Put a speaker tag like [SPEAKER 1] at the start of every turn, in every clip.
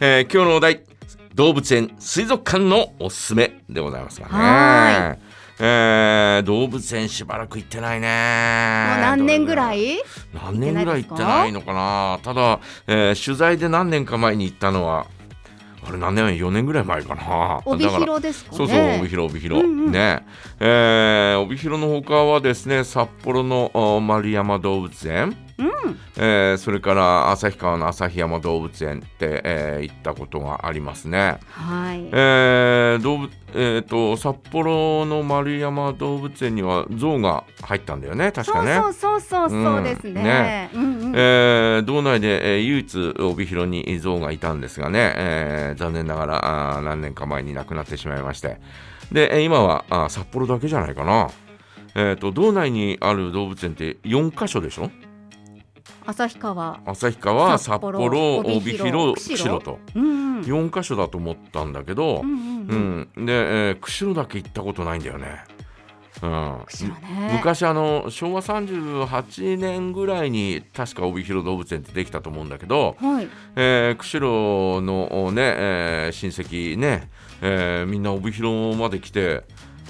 [SPEAKER 1] えー今日のお題動物園水族館のおすすめでございますがね
[SPEAKER 2] は
[SPEAKER 1] えー動物園しばらく行ってないねもう
[SPEAKER 2] 何年ぐらい
[SPEAKER 1] 何年ぐらい行ってないのかなただ、えー取材で何年か前に行ったのはあれ何年前4年ぐらい前かな
[SPEAKER 2] 帯
[SPEAKER 1] だから
[SPEAKER 2] 広ですかね
[SPEAKER 1] そうそう帯広帯広、
[SPEAKER 2] うんうん
[SPEAKER 1] ねえー帯広のほかはですね札幌のあ丸山動物園、えーそれから旭川の旭山動物園って、えー行ったことがありますね、
[SPEAKER 2] はい
[SPEAKER 1] えー動物えー、と札幌の丸山動物園には象が入ったんだよね確
[SPEAKER 2] そ
[SPEAKER 1] か
[SPEAKER 2] う
[SPEAKER 1] ね
[SPEAKER 2] そうそうそうそうです
[SPEAKER 1] うんね
[SPEAKER 2] ね,、うんうん
[SPEAKER 1] えー道内で、えー唯一帯広に象がいたんですがね、えー残念ながらあー何年か前に亡くなってしまいましてでえー今はあー札幌だけじゃないかな、えー、と道内にある動物園って4か所でしょ
[SPEAKER 2] 旭川
[SPEAKER 1] 旭川札
[SPEAKER 2] 札
[SPEAKER 1] 幌
[SPEAKER 2] 幌
[SPEAKER 1] 帯
[SPEAKER 2] 帯
[SPEAKER 1] 広
[SPEAKER 2] 広
[SPEAKER 1] 釧
[SPEAKER 2] 釧
[SPEAKER 1] 路
[SPEAKER 2] 路
[SPEAKER 1] と
[SPEAKER 2] うんうん
[SPEAKER 1] 4か所だと思ったんだけど、
[SPEAKER 2] うんうんうん
[SPEAKER 1] うんで、えー釧路だけ行ったことないんだよね。うん、
[SPEAKER 2] 釧路ね
[SPEAKER 1] 昔あの昭和38年ぐらいに確か帯広動物園ってできたと思うんだけど、
[SPEAKER 2] はい
[SPEAKER 1] えー釧路のね、えー親戚ね、えーみんな帯広まで来て、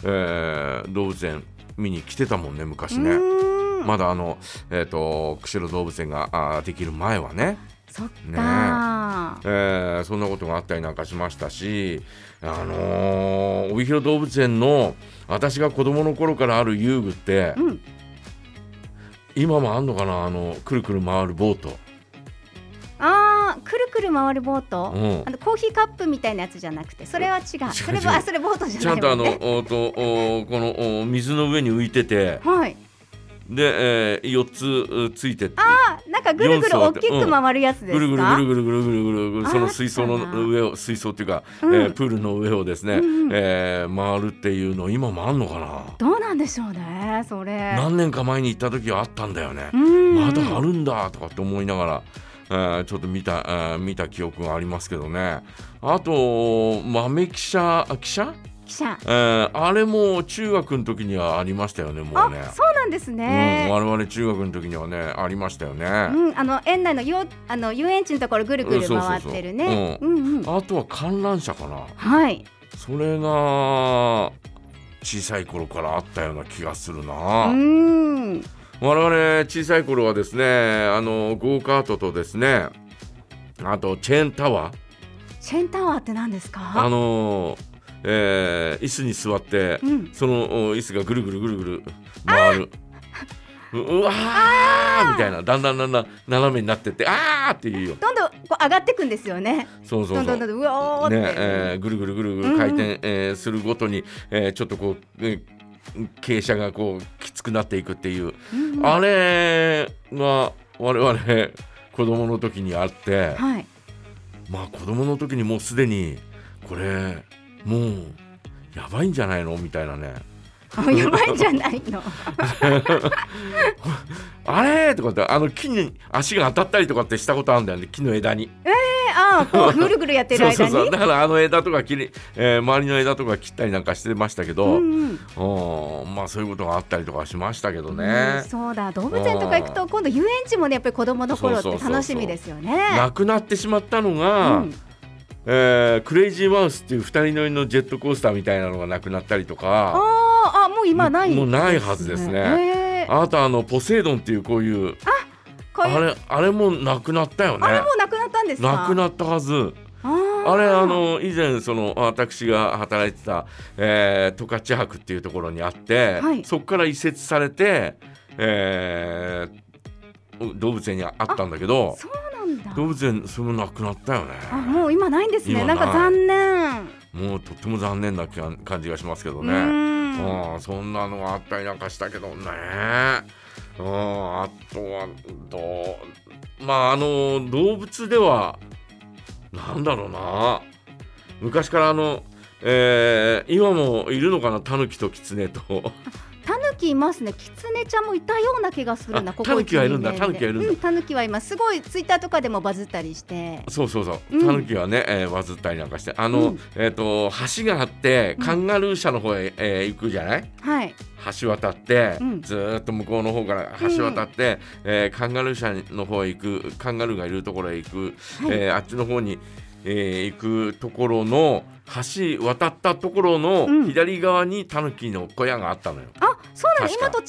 [SPEAKER 1] えー動物園見に来てたもんね昔
[SPEAKER 2] う
[SPEAKER 1] ね。
[SPEAKER 2] ーん
[SPEAKER 1] まだあの、えー、と釧路動物園があーできる前はね、
[SPEAKER 2] そっ
[SPEAKER 1] ね
[SPEAKER 2] か
[SPEAKER 1] えーそんなことがあったりなんかしましたし、あのー帯広動物園の私が子供の頃からある遊具って、
[SPEAKER 2] うん
[SPEAKER 1] 今もあんのかなあのくるくる回るボート、
[SPEAKER 2] あーくるくる回るボート、
[SPEAKER 1] うん
[SPEAKER 2] あのコーヒーカップみたいなやつじゃなくてそれは違う
[SPEAKER 1] 違う
[SPEAKER 2] それ
[SPEAKER 1] 違う
[SPEAKER 2] はあそれボートじ
[SPEAKER 1] ち
[SPEAKER 2] ゃ
[SPEAKER 1] ゃ
[SPEAKER 2] なんい
[SPEAKER 1] とあ
[SPEAKER 2] もん
[SPEAKER 1] の
[SPEAKER 2] ね
[SPEAKER 1] おとおこのお水の上に浮いてて
[SPEAKER 2] はい
[SPEAKER 1] で、え4つうついてって
[SPEAKER 2] あなんかぐるぐる大きく回るやつです
[SPEAKER 1] ぐ
[SPEAKER 2] か、
[SPEAKER 1] るぐるぐるぐるぐるぐるぐるぐる
[SPEAKER 2] あー
[SPEAKER 1] その水槽
[SPEAKER 2] あったな
[SPEAKER 1] の上を水槽っていうか、
[SPEAKER 2] うん
[SPEAKER 1] えープールの上をですね、
[SPEAKER 2] うんうん
[SPEAKER 1] えー回るっていうの今もあんのかな
[SPEAKER 2] どうなんでしょうねそれ
[SPEAKER 1] 何年か前に行った時はあったんだよね。ま
[SPEAKER 2] ま
[SPEAKER 1] だあるんだとかって思いながら、えーちょっと見た、えー見た記憶がありますけどねあと豆汽車汽車、
[SPEAKER 2] 記者
[SPEAKER 1] えーあれも中学の時にはありましたよねも
[SPEAKER 2] あ
[SPEAKER 1] うね
[SPEAKER 2] そうなんです
[SPEAKER 1] うん、
[SPEAKER 2] ね
[SPEAKER 1] 我々中学の時にはねありましたよね、
[SPEAKER 2] うんあの園内のよあの遊園地のところぐるぐる回ってるね
[SPEAKER 1] う
[SPEAKER 2] うんうん
[SPEAKER 1] あとは観覧車かな
[SPEAKER 2] はい
[SPEAKER 1] それが小さい頃からあったような気がするな、
[SPEAKER 2] うん
[SPEAKER 1] 我々小さい頃はですねあのゴーカートとですねあとチェーンタワー
[SPEAKER 2] シェンタワーって何ですか
[SPEAKER 1] あのーえー椅子に座って、
[SPEAKER 2] うん
[SPEAKER 1] そのお椅子がぐるぐるぐるぐる回るううわーみたいなだんだんだんだん斜めになってってあーっていうよ
[SPEAKER 2] どんどんこう上がってくんですよね
[SPEAKER 1] そうそう
[SPEAKER 2] どん
[SPEAKER 1] そ
[SPEAKER 2] どんどん
[SPEAKER 1] う。
[SPEAKER 2] どんうわーって、
[SPEAKER 1] ねえーぐるぐるぐるぐる回転、えーするごとに、えーちょっとこう、えー傾斜がこうきつくなっていくっていう、
[SPEAKER 2] うん
[SPEAKER 1] あれが我々子供の時にあって、
[SPEAKER 2] はい
[SPEAKER 1] まあ子供の時にもうすでにこれもうやばいんじゃないのみたいなね
[SPEAKER 2] あやばいんじゃない の
[SPEAKER 1] あれとかってあの木に足が当たったりとかってしたことあるんだよね木の枝に
[SPEAKER 2] えああこうぐるぐるやってる
[SPEAKER 1] そう
[SPEAKER 2] 間に
[SPEAKER 1] そうそうだからあの枝とか切り、えー周りの枝とか切ったりなんかしてましたけど、
[SPEAKER 2] うんうん
[SPEAKER 1] うんまあそういうことがあったりとかしましたけど
[SPEAKER 2] う
[SPEAKER 1] ね
[SPEAKER 2] ん、そうだ動物園とか行くと今度遊園地もねやっぱり子供の頃っ
[SPEAKER 1] そうそ
[SPEAKER 2] て
[SPEAKER 1] うそうそう
[SPEAKER 2] 楽しみですよね。
[SPEAKER 1] 亡くなってしまったの
[SPEAKER 2] う
[SPEAKER 1] が、
[SPEAKER 2] ん
[SPEAKER 1] えークレイジーマウスっていう2人乗りのジェットコースターみたいなのがなくなったりとか
[SPEAKER 2] あーあもう今ない
[SPEAKER 1] もうないはずですね
[SPEAKER 2] へー
[SPEAKER 1] あとあのポセイドンっていうこういう
[SPEAKER 2] こういう
[SPEAKER 1] あれあれもなくなったよ
[SPEAKER 2] あれ
[SPEAKER 1] ね
[SPEAKER 2] も。うなくなったんですか。
[SPEAKER 1] なくなったはず。
[SPEAKER 2] あー
[SPEAKER 1] あれあの以前その私が働いてたえー十勝、博っていうところにあって、
[SPEAKER 2] はい
[SPEAKER 1] そこから移設されて、えー動物園にあったんだけど
[SPEAKER 2] そうなんだ。
[SPEAKER 1] 動物園それもなくなったよね
[SPEAKER 2] あもう今ないんですね。
[SPEAKER 1] 今
[SPEAKER 2] な
[SPEAKER 1] ない
[SPEAKER 2] んか残念。
[SPEAKER 1] もうとっても残念な感感じがしますけど
[SPEAKER 2] う
[SPEAKER 1] ね。
[SPEAKER 2] ん
[SPEAKER 1] うん、そんなのがあったりなんかしたけどね。うん、あとはどうまああの動物ではなんだろうな昔からあの、えー今もいるのかなタヌキとキツネ と
[SPEAKER 2] タヌキいますね。キツネちゃんもいたような気がする
[SPEAKER 1] あ
[SPEAKER 2] な。こ
[SPEAKER 1] タ
[SPEAKER 2] こ
[SPEAKER 1] ヌキはいるんだ
[SPEAKER 2] 1-2
[SPEAKER 1] タヌキはいるんだ
[SPEAKER 2] うんタヌキはいます。すごいツイッターとかでもバズったりして。
[SPEAKER 1] そうそうそう、
[SPEAKER 2] うん
[SPEAKER 1] タヌキはね、えーバズったりなんかしてあの、
[SPEAKER 2] うん
[SPEAKER 1] えっ、と橋があってカンガルー舎の方へ、えー行くじゃない
[SPEAKER 2] はい。
[SPEAKER 1] 橋渡って、
[SPEAKER 2] うん
[SPEAKER 1] ずーっと向こうの方から橋渡って、えーカンガルー舎の方へ行くカンガルーがいるところへ行く、
[SPEAKER 2] はい
[SPEAKER 1] えーあっちの方にえー行くところの橋渡ったところの
[SPEAKER 2] うん
[SPEAKER 1] 左側にタヌキの小屋があったのよ。
[SPEAKER 2] あ、そうなの。
[SPEAKER 1] 確か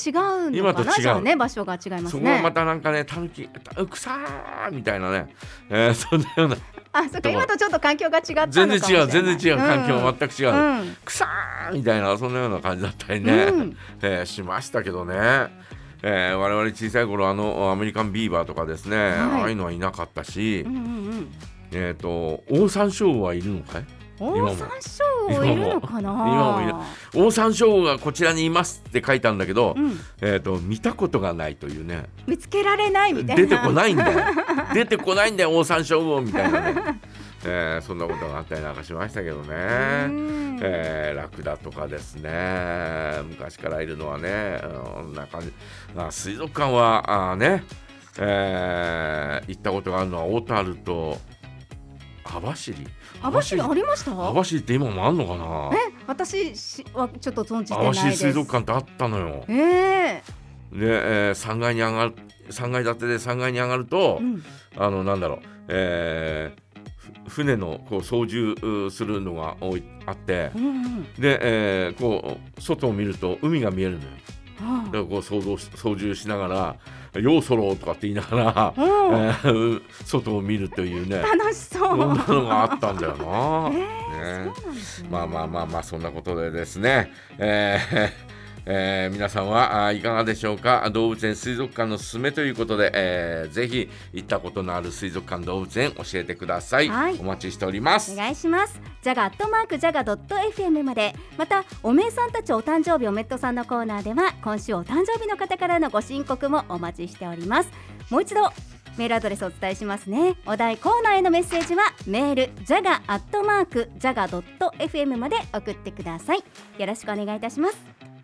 [SPEAKER 2] 今と違うのか
[SPEAKER 1] 今
[SPEAKER 2] な。
[SPEAKER 1] と違う
[SPEAKER 2] じゃあね、場所が違いますね。
[SPEAKER 1] そこはまたなんかねタヌキたうくさーみたいなね、えーそんなような
[SPEAKER 2] あ、そ
[SPEAKER 1] で
[SPEAKER 2] っか。
[SPEAKER 1] も
[SPEAKER 2] 今とちょっと環境が違ったのかもしれ
[SPEAKER 1] 全
[SPEAKER 2] ない。
[SPEAKER 1] 然違う全然違う環境
[SPEAKER 2] も
[SPEAKER 1] 全く違う、
[SPEAKER 2] うん。
[SPEAKER 1] くさーみたいなそんなような感じだったりね、
[SPEAKER 2] うん
[SPEAKER 1] えーしましたけどね、えー我々小さい頃あのアメリカンビーバーとかですね、
[SPEAKER 2] はい
[SPEAKER 1] ああいうのはいなかったし、
[SPEAKER 2] うんうん
[SPEAKER 1] えっ、とオオサンショウウオはいるのかい
[SPEAKER 2] うん。
[SPEAKER 1] も
[SPEAKER 2] オオサンショウウオいるのかな。
[SPEAKER 1] 今もいるオオサンショウウオがこちらにいますって書いたんだけど、
[SPEAKER 2] うん。
[SPEAKER 1] えー、と見たことがないというね
[SPEAKER 2] 見つけられないみたいな。
[SPEAKER 1] 出てこないん だよ出てこないんだよオオサンショウウオみたいなね、えーそんなことがあったりなんかしましたけど
[SPEAKER 2] う
[SPEAKER 1] ね。
[SPEAKER 2] ん
[SPEAKER 1] えーラクダとかですね昔からいるのはね、うん、なんかまあ水族館はあーね、えー行ったことがあるのは小樽と網走
[SPEAKER 2] 網走ありました。
[SPEAKER 1] 網走って今もあんのかな
[SPEAKER 2] え、私しはちょっと存じてない
[SPEAKER 1] 網
[SPEAKER 2] です。
[SPEAKER 1] 走水族館ってあったのよ。
[SPEAKER 2] ええ
[SPEAKER 1] で、えー、3階に上がる3階建てで3階に上がると、
[SPEAKER 2] うん。
[SPEAKER 1] あのなんだろう、えーふ船のこう操縦うするのが置いあって
[SPEAKER 2] うんうん。
[SPEAKER 1] で、えーこう外を見ると海が見えるのよ。
[SPEAKER 2] あ
[SPEAKER 1] だからこう想像し操縦しながら「ようそろ」とかって言いながら、
[SPEAKER 2] あうん
[SPEAKER 1] えー外を見るというね
[SPEAKER 2] 楽しそ
[SPEAKER 1] そん
[SPEAKER 2] う。
[SPEAKER 1] なのがあったんだよな。
[SPEAKER 2] そう
[SPEAKER 1] ね
[SPEAKER 2] なんですね
[SPEAKER 1] まあまあまあまあそんなことでですね、えーえー皆さんはあーいかがでしょうか動物園水族館のすすめということで、えーぜひ行ったことのある水族館動物園教えてください、
[SPEAKER 2] はい
[SPEAKER 1] お待ちしております
[SPEAKER 2] お願いしますジャガアットマークジャガドット FM までまたおめえさんたちお誕生日おめっとさんのコーナーでは今週お誕生日の方からのご申告もお待ちしておりますもう一度メールアドレスをお伝えしますねお題コーナーへのメッセージはメールジャガアットマークジャガドット FM まで送ってくださいよろしくお願いいたします